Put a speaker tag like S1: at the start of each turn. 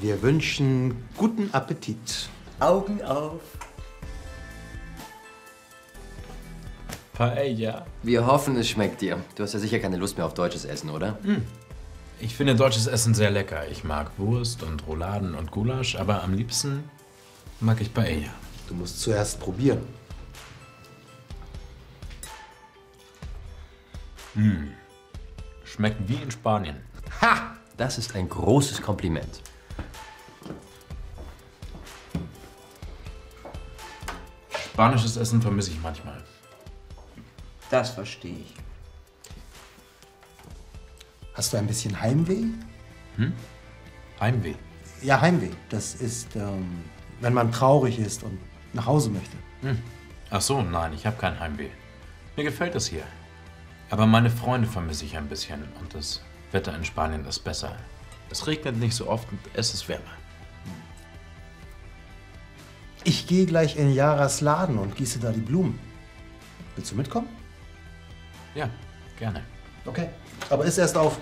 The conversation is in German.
S1: Wir wünschen guten Appetit.
S2: Augen auf.
S3: Paella.
S2: Wir hoffen, es schmeckt dir. Du hast ja sicher keine Lust mehr auf deutsches Essen, oder?
S3: Ich finde deutsches Essen sehr lecker. Ich mag Wurst und Rouladen und Gulasch, aber am liebsten mag ich Paella.
S1: Du musst zuerst probieren.
S3: Schmeckt wie in Spanien.
S2: Ha! Das ist ein großes Kompliment.
S3: Spanisches Essen vermisse ich manchmal.
S4: Das verstehe ich.
S1: Hast du ein bisschen Heimweh?
S3: Heimweh.
S1: Ja, Heimweh. Das ist, ähm, wenn man traurig ist und nach Hause möchte.
S3: Ach so, nein, ich habe kein Heimweh. Mir gefällt es hier. Aber meine Freunde vermisse ich ein bisschen und das Wetter in Spanien ist besser. Es regnet nicht so oft und es ist wärmer.
S1: Ich gehe gleich in Jaras Laden und gieße da die Blumen. Willst du mitkommen?
S3: Ja, gerne.
S1: Okay. Aber ist erst auf.